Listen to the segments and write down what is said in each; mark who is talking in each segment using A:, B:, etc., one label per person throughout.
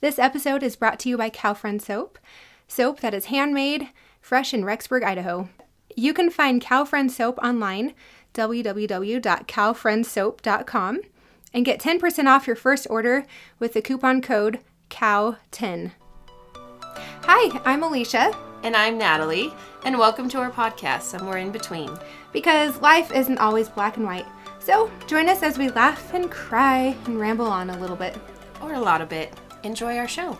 A: This episode is brought to you by Cowfriend Soap, soap that is handmade, fresh in Rexburg, Idaho. You can find Cowfriend Soap online, www.cowfriendsoap.com, and get 10% off your first order with the coupon code COW10. Hi, I'm Alicia,
B: And I'm Natalie, and welcome to our podcast, Somewhere in Between.
A: because life isn't always black and white. So join us as we laugh and cry and ramble on a little bit.
B: Or a lot of it. Enjoy our show.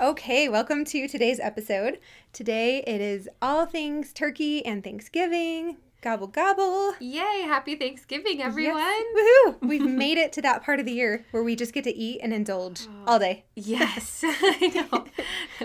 A: Okay, welcome to today's episode. Today it is all things turkey and Thanksgiving. Gobble gobble.
B: Yay, happy Thanksgiving, everyone.
A: Yes. Woohoo! We've made it to that part of the year where we just get to eat and indulge all day.
B: Yes, I know.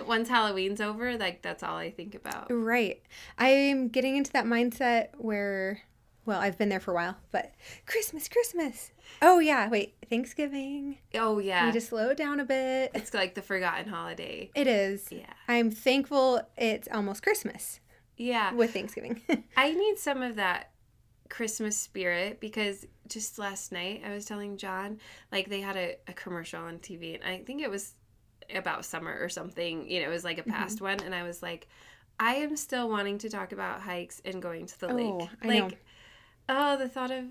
B: Once Halloween's over, like that's all I think about.
A: Right. I'm getting into that mindset where, well, I've been there for a while, but Christmas, Christmas. Oh, yeah. Wait, Thanksgiving.
B: Oh yeah.
A: We just slow down a bit.
B: it's like the forgotten holiday.
A: It is.
B: Yeah.
A: I'm thankful it's almost Christmas
B: Yeah.
A: with Thanksgiving.
B: I need some of that Christmas spirit because just last night I was telling John, like they had a, a commercial on TV and I think it was about summer or something. You know, it was
A: Mm-hmm.
B: like a past one and I was like, I am still wanting to talk about hikes and going to the lake.
A: Oh, I know.
B: like oh the thought of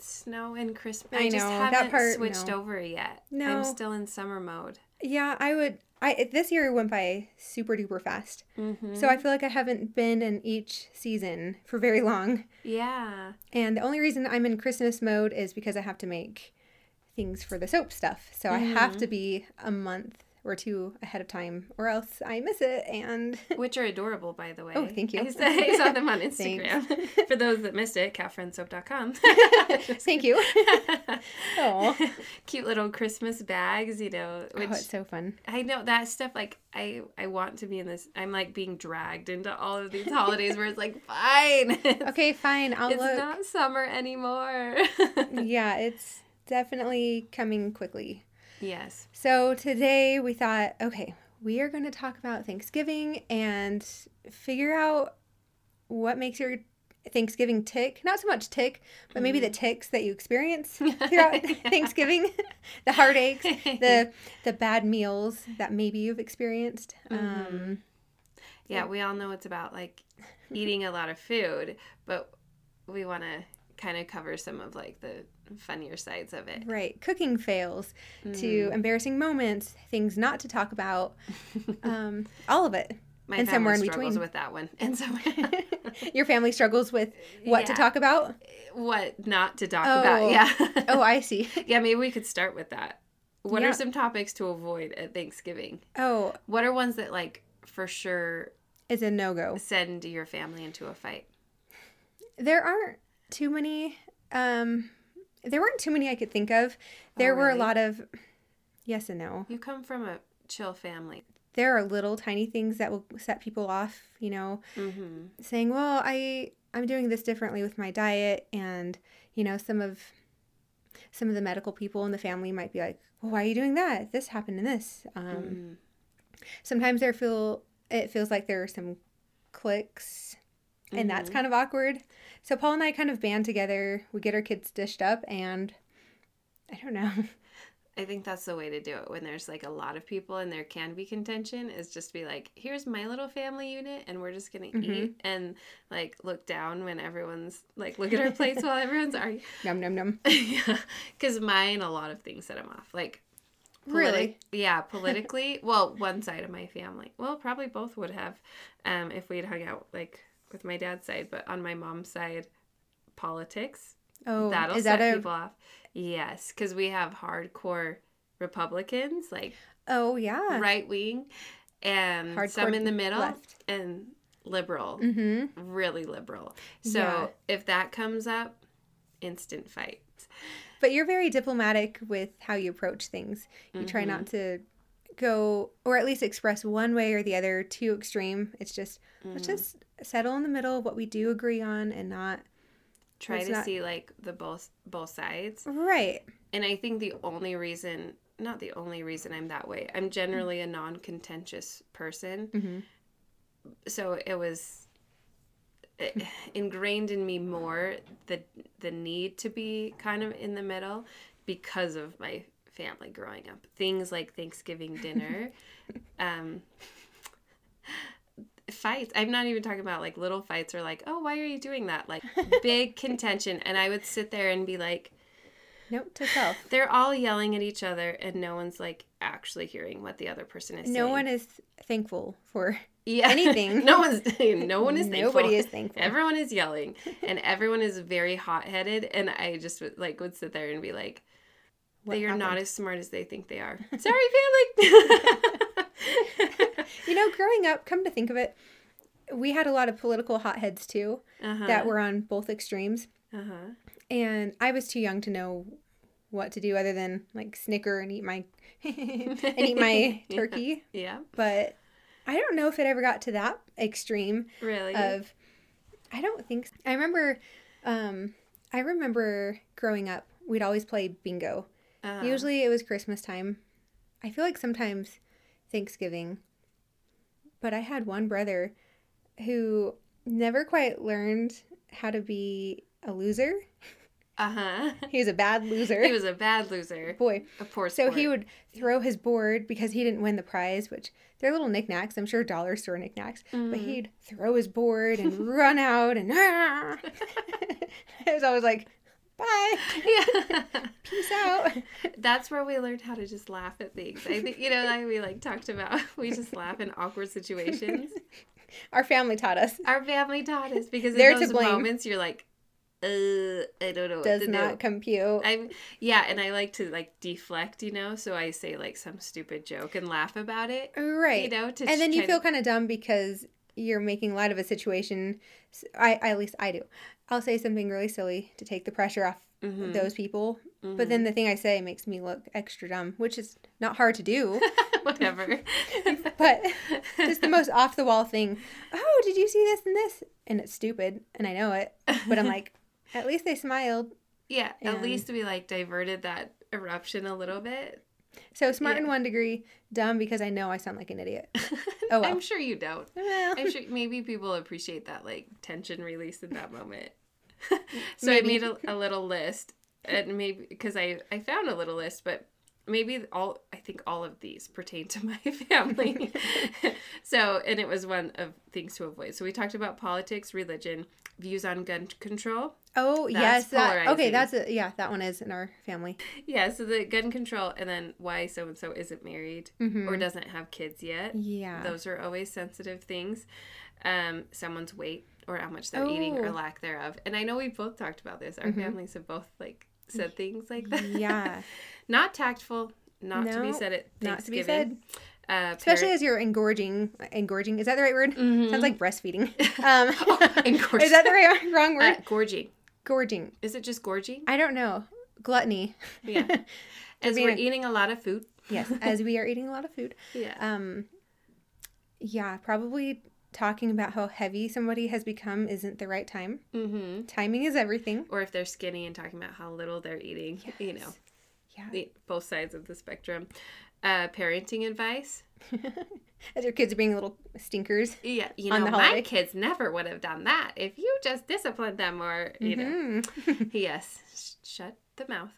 B: snow and Christmas
A: I
B: I just
A: know, that
B: haven't
A: part,
B: switched
A: no.
B: over yet.
A: No.
B: I'm still in summer mode.
A: yeah, I would. I, this year went by super duper fast.
B: Mm-hmm.
A: So I feel like I haven't been in each season for very long.
B: yeah.
A: And the only reason I'm in Christmas mode is because I have to make things for the soap stuff. So I have to
B: Mm-hmm.
A: be a month or two ahead of time or else I miss it. And
B: Which are adorable, by the way.
A: Oh, thank you.
B: I saw, I saw them on Instagram.
A: Thanks.
B: For those that missed it, catfriendsoap.com.
A: thank you. Oh,
B: Cute little Christmas bags, you know, which
A: oh, it's so fun.
B: I know that stuff like I I want to be in this I'm like being dragged into all of these holidays where it's like fine. It's,
A: Okay, fine. I'll
B: it's
A: look.
B: not summer anymore.
A: yeah, it's definitely coming quickly.
B: yes.
A: So today we thought, okay, we are going to talk about Thanksgiving and figure out what makes your Thanksgiving tick. Not so much tick, but maybe the ticks that you experience throughout
B: Yeah.
A: Thanksgiving, the heartaches, the the bad meals that maybe you've experienced. Um,
B: Yeah, we all know it's about like eating a lot of food, but we want to kind of cover some of like the funnier sides of it. Mm,
A: right, cooking fails, to embarrassing moments, things not to talk about, um, all of it.
B: My
A: and
B: family
A: somewhere in
B: struggles
A: between.
B: with that one, and so
A: Your family struggles with what to
B: Yeah.
A: talk about.
B: what not to talk
A: Oh.
B: about. Yeah,
A: Oh, I see.
B: yeah. Maybe we could start with that. What
A: Yeah.
B: are some topics to avoid at Thanksgiving?
A: Oh,
B: What are ones that like for sure
A: is a no go.
B: send your family into a fight?
A: There aren't too many. Um, there weren't too many I could think of. There were a
B: really?
A: lot of yes and no.
B: You come from a chill family.
A: There are little tiny things that will set people off. You know,
B: Mm-hmm.
A: saying, "Well, I I'm doing this differently with my diet," and you know, some of some of the medical people in the family might be like, "Well, why are you doing that? This happened and this." Um,
B: Mm. Mm-hmm.
A: Sometimes there feel it feels like there are some cliques and
B: Mm-hmm.
A: that's kind of awkward. So Paul and I kind of band together. We get our kids dished up, and I don't know.
B: I think that's the way to do it when there's like a lot of people and there can be contention is just be like, here's my little family unit and we're just gonna eat and like look down when everyone's like look at our plates while everyone's arguing.
A: Num num num.
B: yeah. Cause mine a lot of things set them off. Like politi-
A: Really?
B: Yeah, politically. well, one side of my family. Well, probably both would have, um, if we had hung out like with my dad's side, but on my mom's side, politics
A: Oh,
B: That'll
A: is
B: set
A: that a?
B: people off. Yes, because we have hardcore Republicans, like
A: Oh yeah.
B: right wing, and some
A: Hardcore
B: in the middle,
A: left.
B: and liberal,
A: Mm-hmm.
B: really liberal. So
A: Yeah.
B: if that comes up, instant fight.
A: But you're very diplomatic with how you approach things. You try not
B: Mm-hmm.
A: to go, or at least express one way or the other too extreme. It's just
B: Mm-hmm,
A: let's
B: Mm.
A: just settle in the middle of what we do agree on and not
B: Try
A: It's
B: to
A: not-
B: see like the both both sides.
A: right.
B: And I think the only reason, not the only reason I'm that way, I'm generally a non contentious person.
A: Mhm.
B: So it was eh, ingrained in me more the the need to be kind of in the middle because of my family growing up. Things like Thanksgiving dinner, um, fights. I'm not even talking about like little fights or like, oh, why are you doing that? Like big contention. And I would sit there and be like,
A: Note to self.
B: they're all yelling at each other and no one's like actually hearing what the other person is
A: No
B: saying.
A: one is thankful for
B: yeah.
A: anything.
B: no one's no one is thankful.
A: Nobody is thankful.
B: Everyone is yelling and everyone is very hot headed. And I just would, like would sit there and be like,
A: What
B: they are not
A: happened?
B: as smart as they think they are. Sorry, family.
A: You know, growing up, come to think of it, we had a lot of political hotheads too
B: uh-huh.
A: that were on both extremes.
B: uh-huh.
A: And I was too young to know what to do other than like snicker and eat my and eat my
B: Yeah.
A: turkey.
B: Yeah,
A: But I don't know if it ever got to that extreme
B: really.
A: of I don't think so. I remember um I remember growing up we'd always play bingo.
B: Uh-huh.
A: Usually it was Christmas time. I feel like sometimes Thanksgiving. But I had one brother who never quite learned how to be a loser.
B: Uh-huh.
A: He was a bad loser.
B: He was a bad loser.
A: boy.
B: A poor
A: So he
B: sport.
A: would throw his board because he didn't win the prize, which they're little knickknacks. I'm sure dollar store knickknacks. But
B: Mhm.
A: he'd throw his board and run out and I was always like, bye,
B: Mm. yeah.
A: peace out.
B: That's where we learned how to just laugh at things. I think you know, like we like talked about, we just laugh in awkward situations.
A: Our family taught us.
B: Our family taught us because in
A: They're to
B: those
A: blame.
B: moments you're like, uh, I don't know what
A: Does
B: to
A: not
B: do.
A: compute.
B: I'm yeah, and I like to like deflect, you know. So I say like some stupid joke and laugh about it,
A: right.
B: you know. To
A: and then you
B: try
A: feel
B: to,
A: kind of dumb because you're making light of a situation. S- I, I- at least I do. I'll say something really silly to take the pressure off
B: Mhm,
A: those people, but
B: mhm.
A: then the thing I say makes me look extra dumb, which is not hard to do.
B: Mm-hmm. whatever.
A: but just the most off the wall thing. Oh, did you see this and this? And it's stupid, and I know it, but I'm like, at least they smiled.
B: yeah,
A: and-
B: at least we like diverted that eruption a little bit.
A: So smart in
B: Yeah.
A: one degree, dumb because I know I sound like an idiot. Oh, well.
B: I'm sure you don't.
A: Well,
B: I'm sure maybe people appreciate that like tension release in that moment. so
A: Maybe.
B: I made a, a little list, and maybe because I I found a little list, but maybe all I think all of these pertain to my family. so and it was one of things to avoid. So we talked about politics, religion, views on gun control.
A: oh yes,
B: That's
A: that, okay,
B: polarizing.
A: that's a, yeah, that one is in our family.
B: Yeah, so the gun control, and then why so and so isn't married
A: Mhm.
B: or doesn't have kids yet.
A: yeah,
B: Those are always sensitive things. Um, someone's weight or how much they're eating
A: Oh.
B: or lack thereof. And I know we've both talked about this. Our
A: Mhm.
B: families have both like said things like that.
A: yeah,
B: not tactful, not to
A: No,
B: be said at Thanksgiving.
A: not to be said,
B: Uh,
A: especially
B: parent-
A: as you're engorging. Engorging is that the right word?
B: Mhm.
A: Sounds like breastfeeding. Um,
B: Oh, engorging.
A: is that the right, wrong
B: uh,
A: word?
B: gorging.
A: gorging.
B: Is it just gorging?
A: I don't know. Gluttony.
B: Yeah. as
A: be
B: we're
A: an-
B: eating a lot of food.
A: Yes, as we are eating a lot of food.
B: Yeah.
A: um yeah probably talking about how heavy somebody has become isn't the right time
B: mm-hmm.
A: timing is everything
B: Or if they're skinny and talking about how little they're eating, you know,
A: yeah
B: the, both sides of the spectrum. Uh, parenting advice.
A: as your kids are being little stinkers
B: Yeah, you
A: on
B: know,
A: the holiday.
B: my kids never would have done that if you just disciplined them or, you know,
A: Mhm.
B: yes, sh- shut the mouth.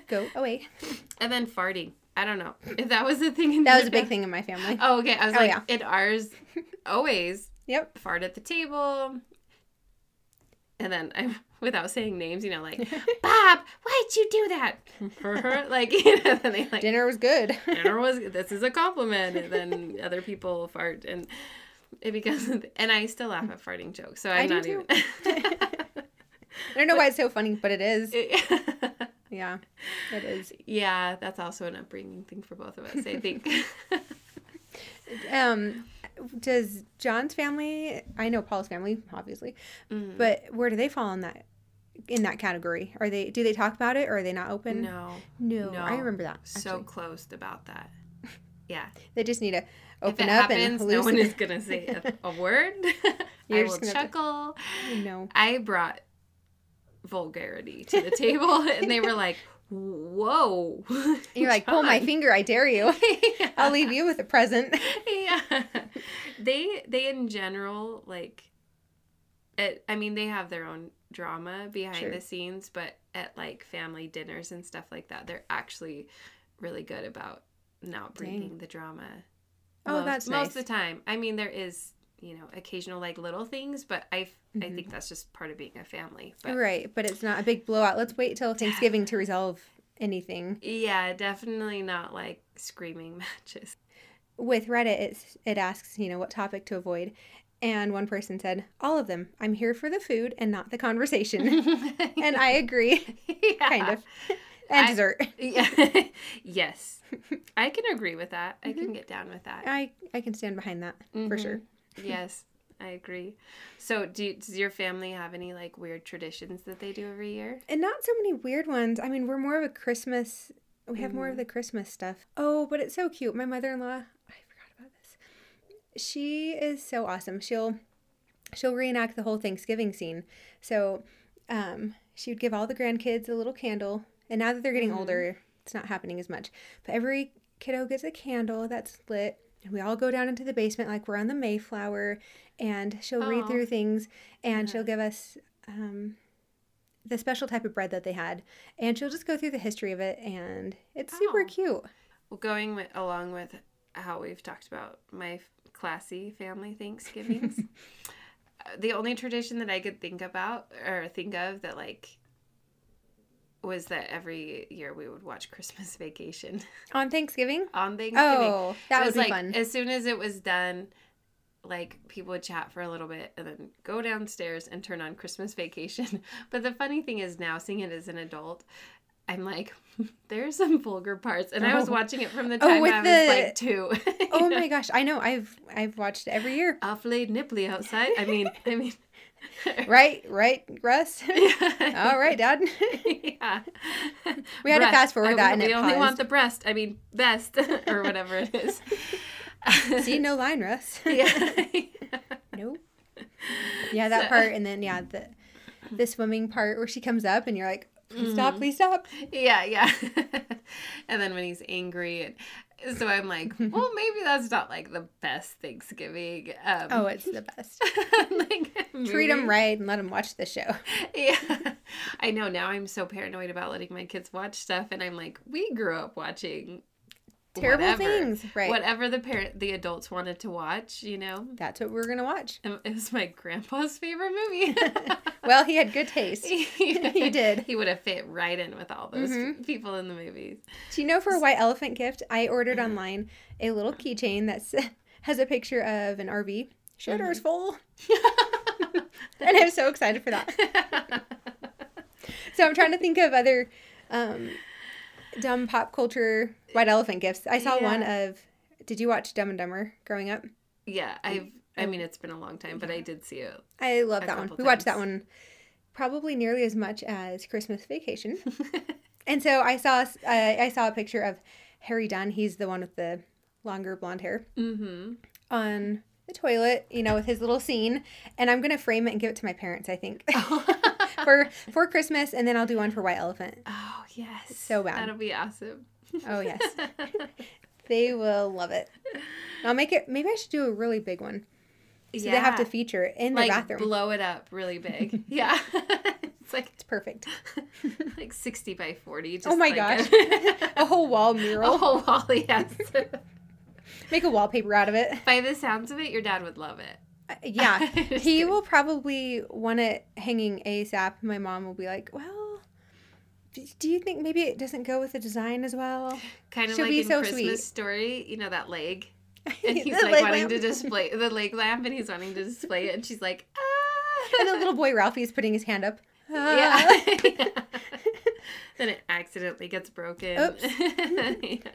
A: go away
B: and then farting. I don't know if that was a thing. In
A: that was
B: the-
A: a big thing in my family
B: Oh, okay. I was
A: Oh,
B: like,
A: yeah.
B: in ours, always
A: yep
B: fart at the table. And then I, without saying names, you know, like, Bob, why'd you do that? like, you know, then they like,
A: dinner was good
B: dinner was this is a compliment and then other people fart and it becomes and i still laugh at farting jokes so i'm
A: do
B: not
A: too.
B: even
A: i don't know why it's so funny but it is yeah it is
B: yeah that's also an upbringing thing for both of us i think
A: um does john's family i know paul's family obviously
B: Mm,
A: but where do they fall in that in that category are they do they talk about it or are they not open
B: no
A: no,
B: No.
A: i remember that
B: so
A: actually.
B: closed about that yeah
A: They just need to
B: if it
A: open up
B: happens
A: and
B: no one
A: hallucinate.
B: is gonna say a, a word i
A: You're
B: will
A: just gonna have
B: chuckle
A: no.
B: i brought vulgarity to the table and they were like whoa
A: You're like, pull my
B: John."
A: finger, I dare you. I'll leave you with a present.
B: yeah they they in general like it, i mean they have their own drama behind
A: Sure.
B: the scenes but at like family dinners and stuff like that, they're actually really good about not breathing the drama.
A: Oh,
B: most,
A: that's
B: most of
A: nice.
B: the time. I mean, there is you know occasional like little things, but I I think that's just part of being a family. But
A: Mm-hmm. right, but it's not a big blowout. Let's wait till Thanksgiving to resolve anything.
B: yeah, definitely not like screaming matches.
A: with Reddit, it's, it asks, you know, what topic to avoid. And one person said, all of them. I'm here for the food and not the conversation. and I agree, kind of. and
B: I-
A: dessert.
B: Yeah. yes. I can agree with that. I can get down with that. Mm-hmm.
A: I, I can stand behind that for sure.
B: Yes, I agree. So, do you- does your family have any like weird traditions that they do every year?
A: And not so many weird ones. I mean, we're more of a Christmas, we have more of the Christmas stuff. Oh, but it's so cute. My mother in law, I forgot about this. She is so awesome. She'll she'll reenact the whole Thanksgiving scene. So um, she would give all the grandkids a little candle. And now that they're getting older, it's not happening as much. But every kiddo gets a candle that's lit. And we all go down into the basement like we're on the Mayflower. And she'll read
B: Aw.
A: through things. And she'll give us um, the special type of bread that they had. And she'll just go through the history of it. And it's super
B: Oh.
A: cute.
B: Well, going with, along with how we've talked about my f- classy family Thanksgivings, uh, the only tradition that I could think about or think of that like was that every year we would watch Christmas Vacation
A: On Thanksgiving?
B: on Thanksgiving.
A: Oh, that
B: So
A: would
B: it's
A: be
B: like,
A: fun.
B: As soon as it was done, like people would chat for a little bit and then go downstairs and turn on Christmas Vacation. But the funny thing is now seeing it as an adult, I'm like, there's some vulgar parts, and I was
A: Oh.
B: watching it from the
A: Oh,
B: time
A: with
B: I was
A: the-
B: like two.
A: oh my gosh, I know. I've I've watched it every year.
B: Awfully nipply outside. I mean, I mean,
A: Right, right, Russ. All right, Dad.
B: yeah.
A: We had to
B: Breast.
A: fast forward
B: I-
A: that and
B: We,
A: it
B: only want
A: paused.
B: the breast. I mean, best or whatever it is.
A: See, no line, Russ.
B: yeah.
A: Nope. Yeah, that
B: So-
A: part, and then yeah, the the swimming part where she comes up and you're like, please
B: Mm-hmm.
A: stop, please stop.
B: Yeah, yeah. and then when he's angry, and so I'm like, well, maybe that's not like the best Thanksgiving. Um,
A: Oh, it's the best.
B: like
A: Treat
B: movie.
A: them right and let them watch the show.
B: Yeah, I know. Now I'm so paranoid about letting my kids watch stuff, and I'm like, we grew up watching
A: Terrible
B: whatever.
A: things, right?
B: Whatever the parent, the adults wanted to watch, you know.
A: That's what we're gonna watch.
B: And It was my grandpa's favorite movie.
A: Well, he had good taste.
B: he
A: did. Mm-hmm.
B: He would have fit right in with all those people in the movies.
A: Do you know for a white elephant gift, I ordered online a little keychain that has a picture of an RV. Sure, door's
B: Mm-hmm.
A: full. and I'm so excited for that. so I'm trying to think of other um, dumb pop culture white elephant gifts. I saw one of. Did you watch Dumb and Dumber growing up?
B: Yeah, I've. I mean, it's been a long time, but I did see it.
A: I love
B: A
A: that one.
B: couple
A: We watched that
B: times.
A: one probably nearly as much as Christmas Vacation. and so I saw uh, I saw a picture of Harry Dunn. He's the one with the longer blonde hair
B: Mm-hmm.
A: on the toilet, you know, with his little scene. And I'm gonna frame it and give it to my parents. I think
B: Oh,
A: for for Christmas, and then I'll do one for White Elephant.
B: Oh yes,
A: so bad.
B: That'll be awesome.
A: Oh yes, they will love it. And I'll make it. Maybe I should do a really big one. So they have to feature it in the
B: like
A: bathroom.
B: blow it up really big. yeah, it's like
A: it's perfect.
B: like sixty by forty. Just
A: Oh my
B: like
A: gosh. Oh,
B: a-
A: A whole wall
B: A
A: mural.
B: whole wall, yes.
A: Make a wallpaper out of it.
B: By the sounds of it, your dad would love it.
A: Uh, Yeah,
B: Just
A: he
B: kidding.
A: will probably want it hanging ASAP. My mom will be like, "Well, d- do you think maybe it doesn't go with the design as well?"
B: Kind of
A: She'll
B: like
A: be
B: in
A: so
B: Christmas
A: sweet.
B: story, you know that leg, and he's
A: The
B: like
A: leg
B: wanting
A: lamp.
B: to display the leg lamp, and he's wanting to display it, and she's like, ah.
A: And the little boy Ralphie is putting his hand up. Ah.
B: Yeah. then it accidentally gets broken.
A: Oops.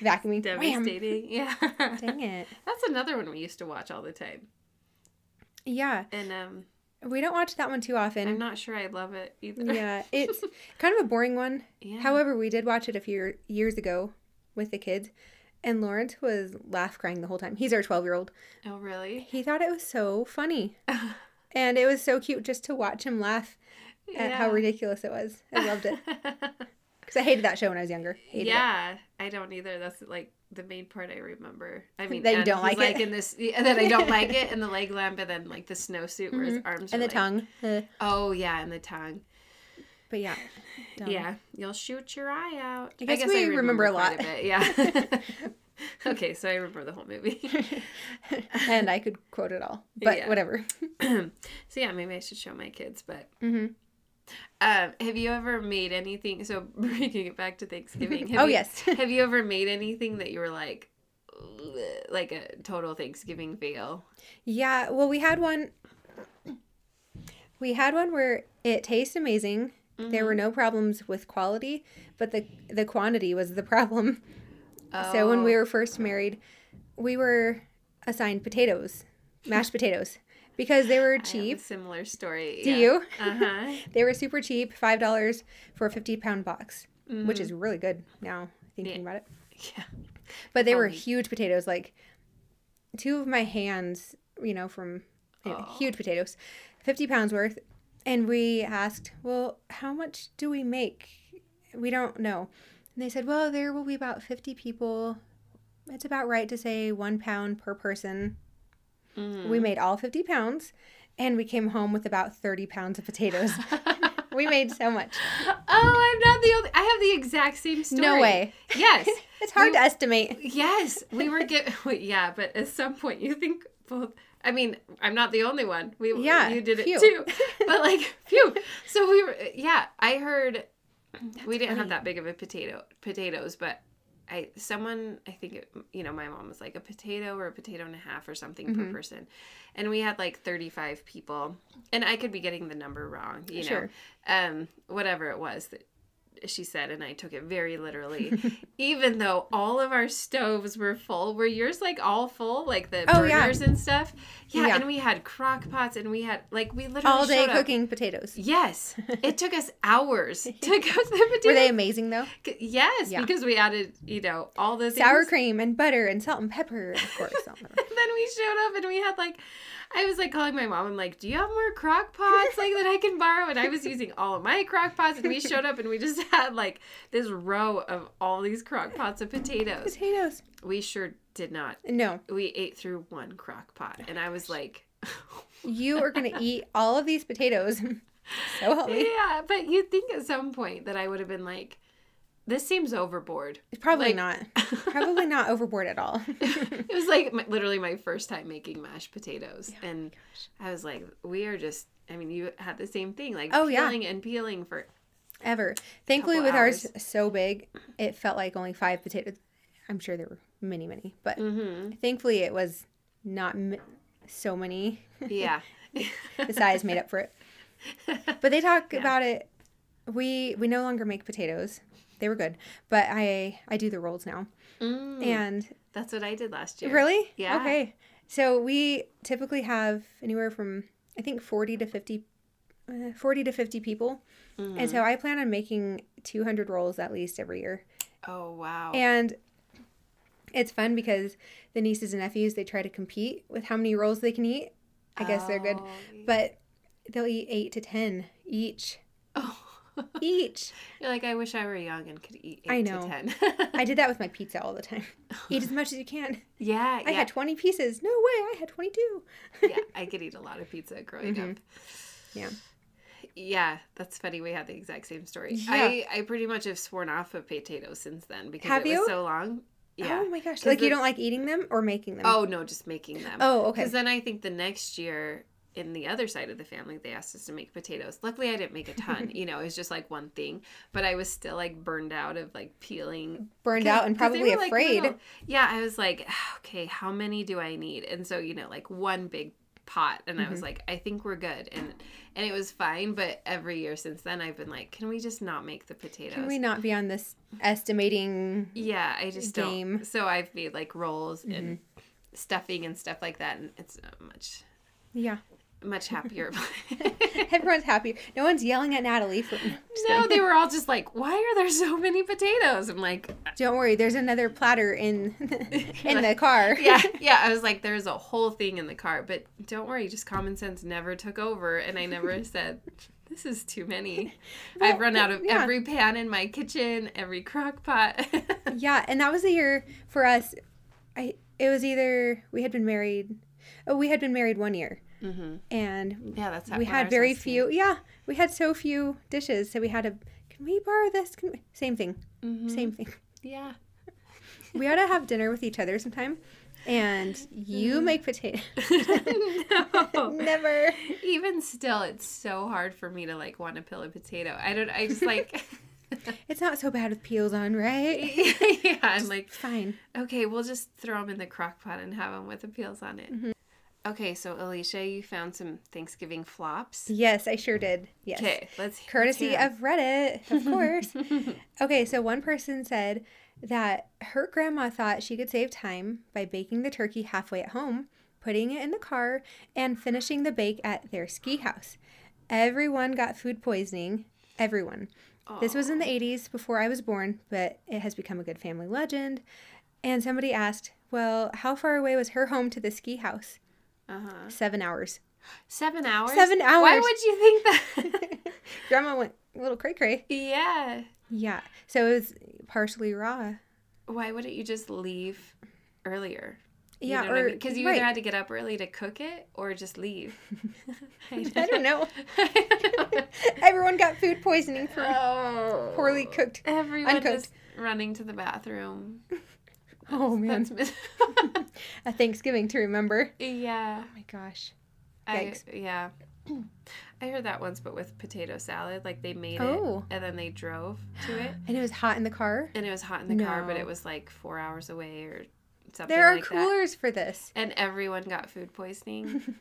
B: Yeah.
A: Vacuuming. Wham.
B: Devastating. Yeah.
A: Dang it.
B: That's another one we used to watch all the time.
A: Yeah.
B: And um
A: We don't watch that one too
B: I'm
A: often.
B: not sure I love it either.
A: Yeah. It's kind of a boring one.
B: Yeah.
A: However, we did watch it a few years ago with the kids, and Lawrence was laugh crying the whole time. He's our 12 year old.
B: oh really?
A: He thought it was so funny. And it was so cute just to watch him laugh at Uh, how
B: Yeah.
A: ridiculous it was. I loved it. Because I hated that show when I was younger. Hated it.
B: yeah. I don't either. That's like the main part I remember. I mean
A: That you
B: and
A: don't
B: he's,
A: like it.
B: in this yeah, that I don't like it and the leg lamp and then like the snowsuit where his arms
A: Mm-hmm. And
B: are
A: the
B: like-
A: tongue. Uh,
B: Oh yeah, and the tongue.
A: But yeah. dumb.
B: Yeah, you'll shoot your eye out.
A: I guess we remember a lot.
B: quite bit, Yeah. okay, so I remember the whole movie.
A: and I could quote it all, but
B: Yeah.
A: whatever.
B: so yeah, maybe I should show my kids. But
A: Mhm.
B: um, have you ever made anything? So bringing it back to Thanksgiving. Have
A: Oh,
B: you-
A: yes.
B: have you ever made anything that you were like, "Ugh," like a total Thanksgiving fail?
A: Yeah, well, we had one. We had one where it tastes amazing. There
B: Mm-hmm.
A: were no problems with quality, but the the quantity was the problem. So when we
B: Oh.
A: were first married, we were assigned potatoes, mashed potatoes, because they were
B: I have a
A: cheap.
B: similar story.
A: Do you?
B: Uh huh.
A: They were super cheap, five dollars for a fifty pound box, which is really good now thinking
B: Mm-hmm. Yeah.
A: about it.
B: Yeah.
A: But they were
B: Fine.
A: huge potatoes, like two of my hands, you know, from anyway,
B: Aw.
A: huge potatoes, 50 pounds worth. And we asked, well, how much do we make? We don't know. And they said, well, there will be about 50 people. It's about right to say one pound per person.
B: Mm. Hmm.
A: We made all 50 pounds and we came home with about 30 pounds of potatoes. we made so much.
B: Oh, I'm not the only. I have the exact same story.
A: No way.
B: Yes.
A: It's hard
B: We-
A: to estimate.
B: Yes, we were get. wait, yeah, but at some point you think both. I mean, I'm not the only one. We
A: Yeah,
B: you did
A: phew.
B: it too, but like phew. So we were yeah. I heard we didn't
A: funny.
B: have that big of a potato potatoes, but I someone I think it, you know my mom was like a potato or a potato and a half or something
A: Mm-hmm.
B: per person, and we had like 35 people, and I could be getting the number wrong. You know,
A: Sure.
B: um, whatever it was that she said, and I took it very literally. Even though all of our stoves were full, were yours like all full, like the
A: Oh, yeah.
B: burners and stuff? Yeah,
A: Yeah.
B: and we had crock pots, and we had like we literally
A: All day
B: showed up-
A: cooking potatoes.
B: Yes, it took us hours to cook the
A: Were they
B: potatoes.
A: amazing though?
B: Yes,
A: Yeah.
B: because we added you know all the
A: sour
B: things.
A: cream and butter and salt and pepper, of course. salt and pepper.
B: And then we showed up and we had like, I was like calling my mom. I'm like, do you have more crock pots like that I can borrow? And I was using all of my crock pots. And we showed up and we just had like this row of all these crock pots of potatoes.
A: Potatoes.
B: We sure did not.
A: No,
B: We ate through one crock pot. And I was like,
A: you are going to eat all of these potatoes. so healthy.
B: yeah. But you'd think at some point that I would have been like, this seems overboard.
A: Probably
B: Like-
A: not. Probably not overboard at all.
B: it was like my, literally my first time making mashed potatoes,
A: Oh
B: and I was like, "We are just." I mean, you had the same thing, like
A: Oh, yeah.
B: peeling and peeling for.
A: Ever. Thankfully,
B: Couple
A: with ours so big, it felt like only five potatoes. I'm sure there were many, many, but
B: Mm-hmm.
A: thankfully it was not m- so many.
B: Yeah.
A: the size made up for it. But they talk about it. We we no longer make potatoes. They were good, but I I do the rolls now.
B: Mm,
A: And
B: that's what I did last year.
A: Really?
B: Yeah.
A: Okay. So we typically have anywhere from I think 40 to 50 uh, 40 to 50 people.
B: Mm.
A: And so I plan on making 200 rolls at least every year.
B: Oh wow.
A: And it's fun because the nieces and nephews they try to compete with how many rolls they can eat. I guess they're good,
B: Oh.
A: but they'll eat 8 to 10 each.
B: Oh.
A: Each.
B: You're like, I wish I were young and could eat eight
A: I
B: to
A: know.
B: ten.
A: I did that with my pizza all the time. Eat as much as you can.
B: yeah, yeah,
A: I had 20 pieces. No way, I had 22.
B: yeah. I could eat a lot of pizza growing up.
A: Mm-hmm. Yeah.
B: Yeah, that's funny. We had the exact same story.
A: Yeah.
B: I I pretty much have sworn off of potatoes since then because
A: Have
B: it was
A: you?
B: so long. Yeah.
A: Oh my gosh.
B: 'Cause
A: Like you
B: the-
A: don't like eating them or making them?
B: Oh no, just making them.
A: Oh, okay.
B: Because then I think the next year in the other side of the family, they asked us to make potatoes. Luckily, I didn't make a ton. you know, it was just like one thing. But I was still like burned out of like peeling.
A: burned out and
B: 'Cause they
A: probably
B: were, like,
A: afraid.
B: little. yeah, I was like, "Ah, okay, how many do I need? And so you know, like one big pot and i was
A: Mm-hmm.
B: like i think we're good and and it was fine but every year since then i've been like can we just not make the potatoes
A: Can we not be on this estimating?
B: yeah, I just
A: game. Mm-hmm.
B: don't. So I've made like rolls and stuffing and stuff like that, and it's a much
A: Yeah,
B: much happier.
A: everyone's happy. No one's yelling at Natalie. For...
B: no, they were all just like, "Why are there so many potatoes?" I'm like,
A: Don't worry, there's another platter in in the car.
B: "Yeah, yeah." I was like, "There's a whole thing in the car," but don't worry, just common sense never took over, and I never said. This is too many. I've run out of
A: yeah.
B: every pan in my kitchen, every crock pot.
A: yeah, and that was the year for us. I it was either we had been married. Oh, we had been married one year,
B: Mm-hmm.
A: and
B: Yeah, that's
A: we
B: what
A: had
B: ours
A: very
B: was, too.
A: few. Yeah, we had so few dishes, so we had a. Can we borrow this? Can we? Same thing.
B: Mhm.
A: Same thing.
B: Yeah.
A: we ought to have dinner with each other sometime, and you make potato.
B: no.
A: Never.
B: Oh. Even still, it's so hard for me to like want to peel a potato. I don't. I just like.
A: It's not so bad with peels on, right?
B: yeah, I'm like,
A: Fine.
B: okay, we'll just throw them in the crock pot and have them with the peels on it.
A: Mm-hmm.
B: Okay, so Alicia, you found some Thanksgiving flops.
A: Yes, I sure did. Yes.
B: Okay, let's let's
A: Courtesy
B: hear 'em.
A: of Reddit, of course. okay, so one person said that her grandma thought she could save time by baking the turkey halfway at home, putting it in the car, and finishing the bake at their ski house. Everyone got food poisoning. Everyone. This was in the 80s before I was born, but it has become a good family legend. And somebody asked, well, how far away was her home to the ski house?
B: Uh-huh.
A: Seven hours.
B: seven hours.
A: Seven
B: Why
A: hours.
B: would you think that?
A: Grandma went a little cray cray.
B: yeah.
A: Yeah. So it was partially raw.
B: Why wouldn't you just leave earlier?
A: Yeah,
B: because you, know what I
A: or-
B: mean? 'Cause you
A: right.
B: either had to get up early to cook it or just leave.
A: I don't know.
B: know.
A: Everyone got food poisoning for
B: oh,
A: poorly cooked.
B: Everyone
A: uncooked.
B: is running to the bathroom.
A: Oh man,
B: That's mis-
A: a Thanksgiving to remember.
B: yeah.
A: Oh my gosh.
B: I,
A: Yikes.
B: yeah. I heard that once, but with potato salad, like they made
A: Oh.
B: it and then they drove to it,
A: And it was hot in the car.
B: and it was hot in the car, but
A: No.
B: it was like four hours away or something.
A: There are
B: like that.
A: coolers for this.
B: and everyone got food poisoning.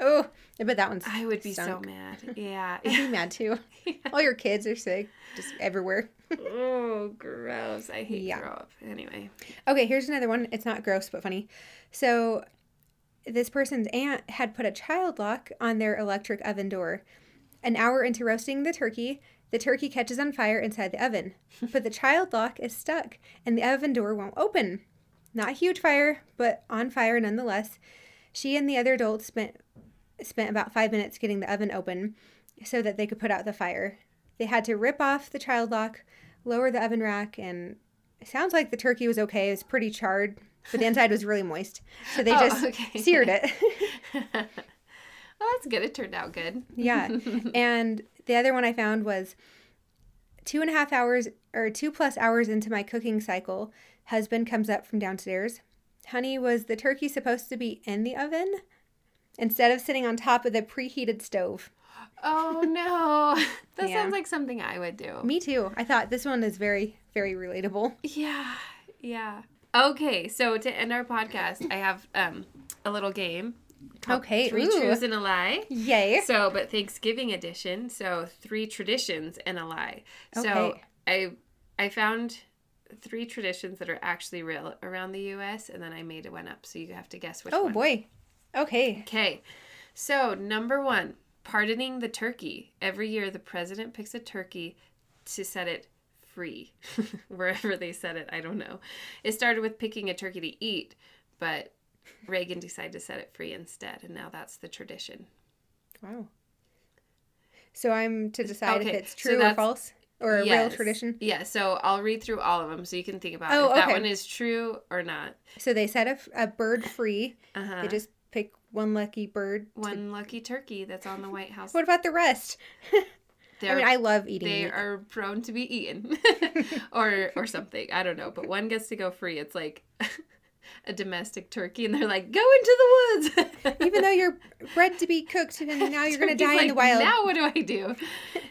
A: Oh, I bet that one's.
B: I would be
A: Stunk.
B: so mad. Yeah.
A: I'd be mad too. All your kids are sick, just everywhere.
B: oh, gross. I hate
A: Yeah.
B: throw up. Anyway.
A: Okay, here's another one. It's not gross, but funny. So, this person's aunt had put a child lock on their electric oven door. An hour into roasting the turkey, the turkey catches on fire inside the oven, but the child lock is stuck and the oven door won't open. Not a huge fire, but on fire nonetheless. She and the other adults spent spent about 5 minutes getting the oven open so that they could put out the fire. They had to rip off the child lock, lower the oven rack and it sounds like the turkey was okay. It was pretty charred, but the inside was really moist. So they
B: Oh,
A: just
B: okay.
A: seared it.
B: well, that's good. It turned out good.
A: yeah. and the other one I found was two and a half hours or two plus hours into my cooking cycle, husband comes up from downstairs. Honey, was the turkey supposed to be in the oven instead of sitting on top of the preheated stove?
B: Oh, no. That
A: Yeah.
B: sounds like something I would do.
A: Me too. I thought this one is very, very relatable.
B: Yeah. Yeah. Okay. So to end our podcast, I have um, a little game.
A: Okay,
B: Three
A: ooh.
B: truths and a lie.
A: Yay.
B: So, but Thanksgiving edition. So three traditions and a lie. So
A: Okay.
B: I I found three traditions that are actually real around the U.S. and then I made one up. So you have to guess which
A: Oh
B: one.
A: boy. Okay.
B: Okay. So number one, pardoning the turkey. Every year, the president picks a turkey to set it free wherever they set it. I don't know. It started with picking a turkey to eat, but Reagan decided to set it free instead, and now that's the tradition.
A: Wow. So I'm to decide
B: Okay,
A: if it's
B: so
A: true or
B: that's-
A: false or a real
B: Yes.
A: tradition.
B: Yeah, so I'll read through all of them so you can think about
A: Oh,
B: if that
A: okay.
B: one is true or not.
A: So they set a, f- a bird free.
B: Uh-huh.
A: They just pick one lucky bird. to-
B: one lucky turkey that's on the White House.
A: What about the rest? I
B: They're-
A: mean, I love eating
B: they
A: meat.
B: are prone to be eaten or or something. I don't know, but one gets to go free. It's like a domestic turkey and they're like, "Go into the woods."
A: Even though you're bred to be cooked, and now you're going to
B: Turkey's
A: die in the
B: like,
A: wild.
B: Now what do I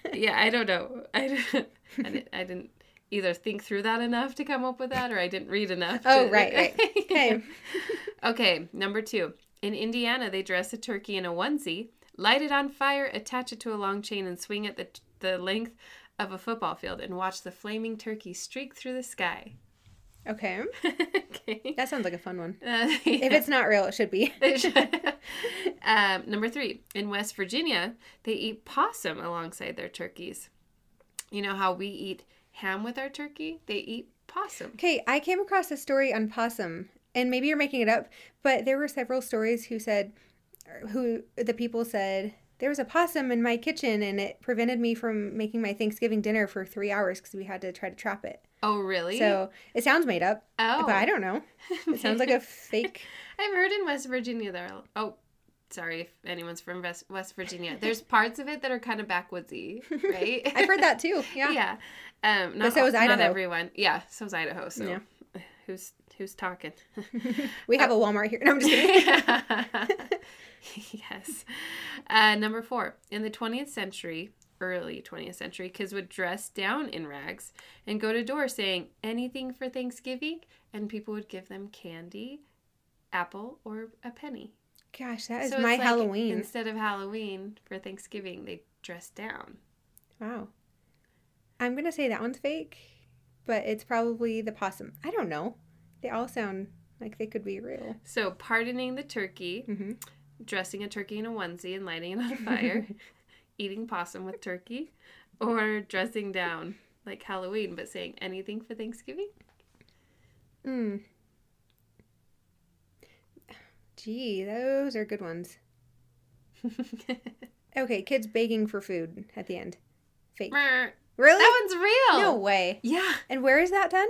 B: do? yeah, I don't know. I don't- I didn't, I didn't either think through that enough to come up with that or I didn't read enough.
A: Oh,
B: to-
A: right, right. Okay.
B: Okay, number two. In Indiana, they dress a turkey in a onesie, light it on fire, attach it to a long chain, and swing it the, the length of a football field and watch the flaming turkey streak through the sky.
A: Okay.
B: okay.
A: That sounds like a fun one.
B: Uh,
A: If it's not real, it should be.
B: yeah. um, number three. In West Virginia, they eat possum alongside their turkeys. You know how we eat ham with our turkey? They eat possum.
A: Okay, I came across a story on possum, and maybe you're making it up, but there were several stories who said, er, who the people said, there was a possum in my kitchen and it prevented me from making my Thanksgiving dinner for three hours because we had to try to trap it.
B: Oh, really?
A: So it sounds made up,
B: oh,
A: but I don't know. It sounds like a fake.
B: I've heard in West Virginia there. Oh, sorry if anyone's from West, West Virginia. There's parts of it that are kind of backwoodsy, right?
A: I've heard that too. Yeah.
B: yeah. Um, not,
A: so
B: all-
A: is
B: not
A: Idaho.
B: everyone. Yeah, so is Idaho. So who's who's talking?
A: We have a Walmart here. No, I'm just kidding.
B: yes. Uh, number four. In the 20th century, early 20th century, kids would dress down in rags and go to door saying anything for Thanksgiving, and people would give them candy, apple, or a penny.
A: Gosh, that is
B: So it's
A: my
B: like
A: Halloween.
B: Instead of Halloween for Thanksgiving, they dress down.
A: Wow. I'm going to say that one's fake, but it's probably the possum. I don't know. They all sound like they could be real.
B: So pardoning the turkey,
A: hmm
B: dressing a turkey in a onesie and lighting it on fire, eating possum with turkey, or dressing down like Halloween but saying anything for Thanksgiving.
A: Mm. Gee, those are good ones. Okay, kids begging for food at the end. Fake.
B: that
A: Really?
B: one's real.
A: No way.
B: Yeah,
A: And where is that done?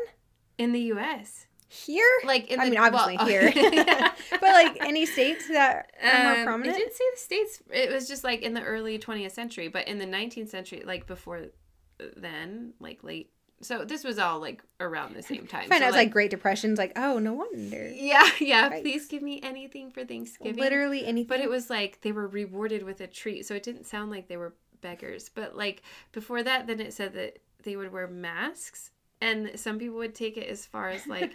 B: in the U.S.
A: Here?
B: Like in
A: I
B: the,
A: mean, obviously
B: well,
A: here.
B: yeah.
A: but like any states that are
B: Um,
A: more prominent?
B: It didn't say the states. It was just like in the early 20th century, but in the 19th century, like before then, like late. So this was all like around the same time.
A: I find
B: so
A: out it's like Great Depression's like, oh, no wonder.
B: yeah, yeah.
A: Right.
B: Please give me anything for Thanksgiving.
A: Literally anything.
B: But it was like they were rewarded with a treat, so it didn't sound like they were beggars. But like before that, then it said that they would wear masks, and some people would take it as far as like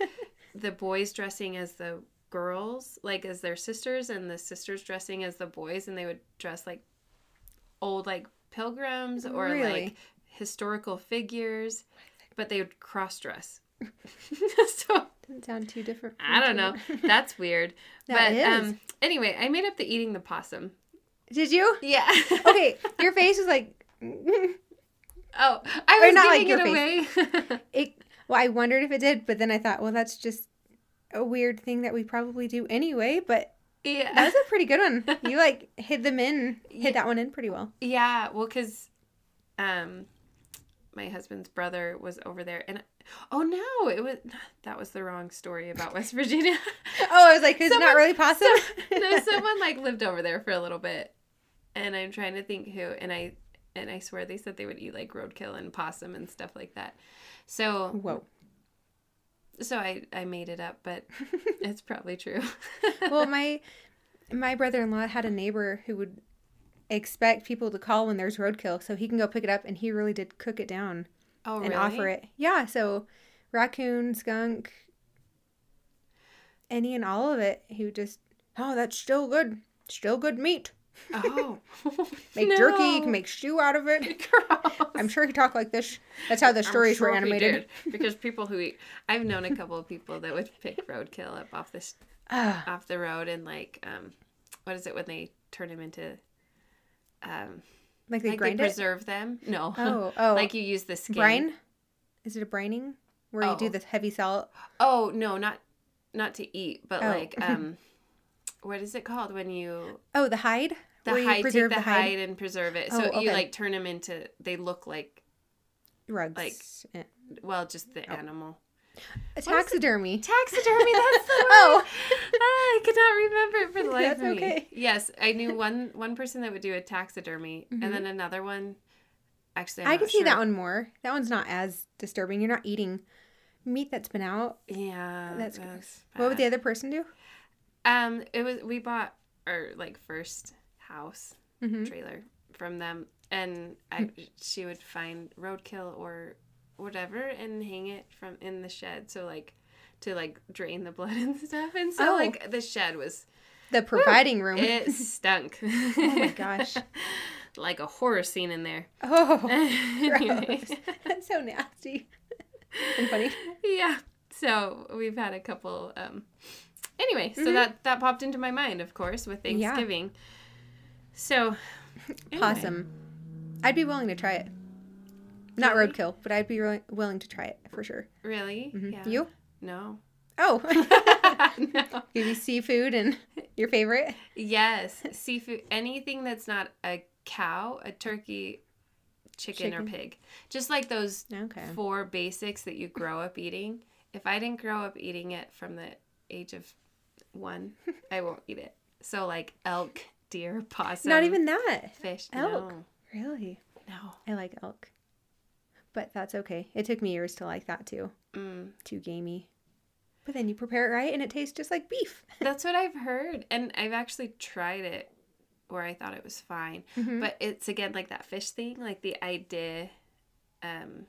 B: the boys dressing as the girls, like as their sisters, and the sisters dressing as the boys, and they would dress like old like pilgrims or
A: Really?
B: like historical figures, but they would cross dress. so
A: Doesn't sound too different.
B: I don't
A: from
B: know.
A: Timor.
B: That's weird.
A: That
B: but
A: is.
B: um anyway, I made up the eating the possum.
A: Did you?
B: Yeah.
A: Okay, your face was like. it.
B: oh,
A: Or
B: I was
A: not like
B: giving
A: your
B: it away.
A: Well, I wondered if it did, but then I thought, well, that's just a weird thing that we probably do anyway. But
B: yeah.
A: that was a pretty good one. You like hid them in, hid
B: Yeah.
A: that one in pretty well.
B: yeah, well cuz um my husband's brother was over there and oh no, it was that was the wrong story about West Virginia.
A: Oh, I was like, it's not
B: Someone-
A: really possible.
B: no, someone like lived over there for a little bit. And I'm trying to think who and I and I swear they said they would eat like roadkill and possum and stuff like that. So
A: Whoa.
B: So I, I made it up, but it's probably true.
A: Well, my my brother in law had a neighbor who would expect people to call when there's roadkill, so he can go pick it up, and he really did cook it down.
B: oh,
A: and offer it. Yeah, so raccoon, skunk, any and all of it. He would just, oh, that's still good. Still good meat.
B: Oh,
A: Make jerky, you can make stew out of it. I'm sure he talked like this. That's how the stories were animated.
B: because people who eat, I've known a couple of people that would pick roadkill up off the s-
A: Ah,
B: off the road and like um, what is it when they turn them into um,
A: like they
B: like they
A: grind it.
B: preserve them? No,
A: Oh, oh,
B: like you use the skin.
A: brine. Is it a brining where you do
B: Oh.
A: this heavy salt?
B: Oh no, not not to eat, but
A: Oh.
B: like um, what is it called when you
A: Oh, the hide.
B: the
A: where you
B: hide, take
A: preserve
B: the,
A: the hide?
B: hide. and preserve it.
A: Oh,
B: so you
A: okay.
B: like turn them into they look like
A: Rugs.
B: like-
A: Eh.
B: well, just
A: Oh.
B: the animal
A: A taxidermy.
B: taxidermy. That's the
A: Oh.
B: word. Ah, I could not remember it for the life
A: That's
B: of me.
A: okay.
B: Yes, I knew one one person that would do a taxidermy,
A: Mhm.
B: and then another one. Actually, i
A: I can see that one more. That one's not as disturbing. You're not eating meat that's been out
B: Yeah,
A: That's What would the
B: bad.
A: other person do?
B: Um, it was we bought our like first house
A: Mm-hmm.
B: trailer from them and I, she would find roadkill or whatever and hang it from in the shed so like to like drain the blood and stuff and so
A: Oh.
B: like the shed was
A: The providing room.
B: it stunk oh
A: my gosh.
B: like a horror scene in there
A: oh,
B: Anyway.
A: gross. that's so nasty and funny.
B: yeah so we've had a couple um anyway so
A: Mhm.
B: that that popped into my mind of course with
A: Yeah.
B: thanksgiving so anyway.
A: Possum. I'd be willing to try it. Not
B: Really?
A: roadkill, but I'd be really willing to try it for sure.
B: really
A: Mhm.
B: yeah
A: You?
B: no
A: Oh,
B: no
A: give you seafood and your favorite.
B: Yes, seafood. Anything that's not a cow, a turkey, chicken, or
A: Chicken.
B: pig. Just like those
A: Okay.
B: four basics that you grow up eating. If I didn't grow up eating it from the age of one, I won't eat it. So like elk deer, possum,
A: Not even that.
B: fish.
A: elk. Really?
B: No,
A: I like elk. But that's okay. It took me years to like that too.
B: no. Mm.
A: Too gamey. But then you prepare it right and it tastes just like beef.
B: That's what I've heard, and I've actually tried it where I thought it was fine.
A: Mhm.
B: But it's again like that fish thing, like the idea. Um,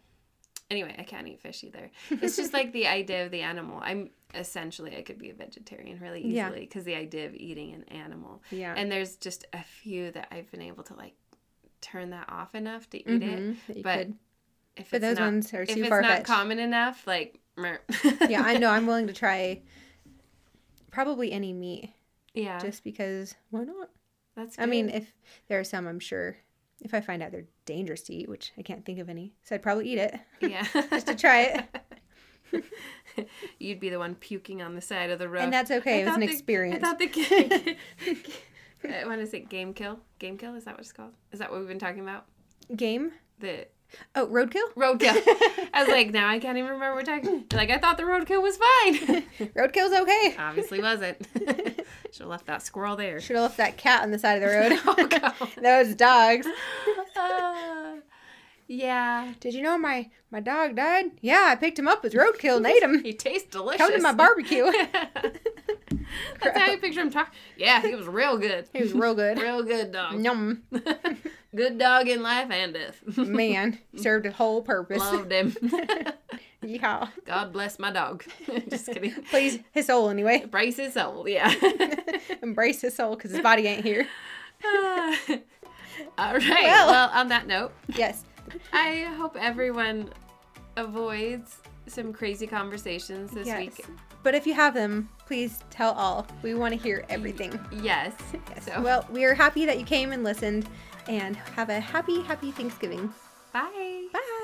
B: anyway, I can't eat fish either. It's just like the idea of the animal. I'm essentially I could be a vegetarian really
A: Yeah.
B: easily because the idea of eating an animal.
A: yeah.
B: And there's just a few that I've been able to like turn that off enough to eat it.
A: Mhm, that you
B: but
A: could.
B: If
A: But
B: it's
A: those
B: not,
A: ones are
B: if
A: too
B: it's
A: far
B: not
A: fetched.
B: common enough, like. mer-
A: yeah, I know. I'm willing to try probably any meat
B: yeah,
A: just because why not?
B: that's.
A: I mean,
B: good.
A: if there are some, I'm sure if I find out they're dangerous to eat, which I can't think of any, so I'd probably eat it
B: yeah,
A: just to try it.
B: You'd be the one puking on the side of the road.
A: And that's okay.
B: I
A: it was
B: thought
A: an
B: the-
A: experience.
B: I thought the. I want to say game kill. Game kill is that what it's called? Is that what we've been talking about?
A: Game?
B: The
A: Oh, roadkill?
B: roadkill. I was like, now I can't even remember what we're talking. Like I thought the roadkill was fine.
A: Roadkill's okay.
B: Obviously wasn't. Should have left that squirrel there.
A: Should have left that cat on the side of the road.
B: Oh, God.
A: Those dogs.
B: Uh, yeah,
A: Did you know my my dog died? Yeah, I picked him up with roadkill and ate him.
B: he tastes delicious.
A: Come to my barbecue.
B: That's how you picture him talking. Yeah, he was real good.
A: He was real good.
B: real good dog.
A: Yum,
B: good dog in life and death.
A: man. Served a whole purpose.
B: Loved him.
A: Yeah.
B: God bless my dog. Just kidding.
A: Please, his soul anyway.
B: Brace his soul, yeah.
A: Embrace his soul because his body ain't here.
B: All right.
A: Well.
B: well, on that note,
A: Yes.
B: I hope everyone avoids some crazy conversations this
A: yes.
B: week.
A: But if you have them, please tell all. We want to hear everything.
B: Yes.
A: Yes.
B: So,
A: Well, we are happy that you came and listened and have a happy, happy Thanksgiving.
B: bye.
A: Bye.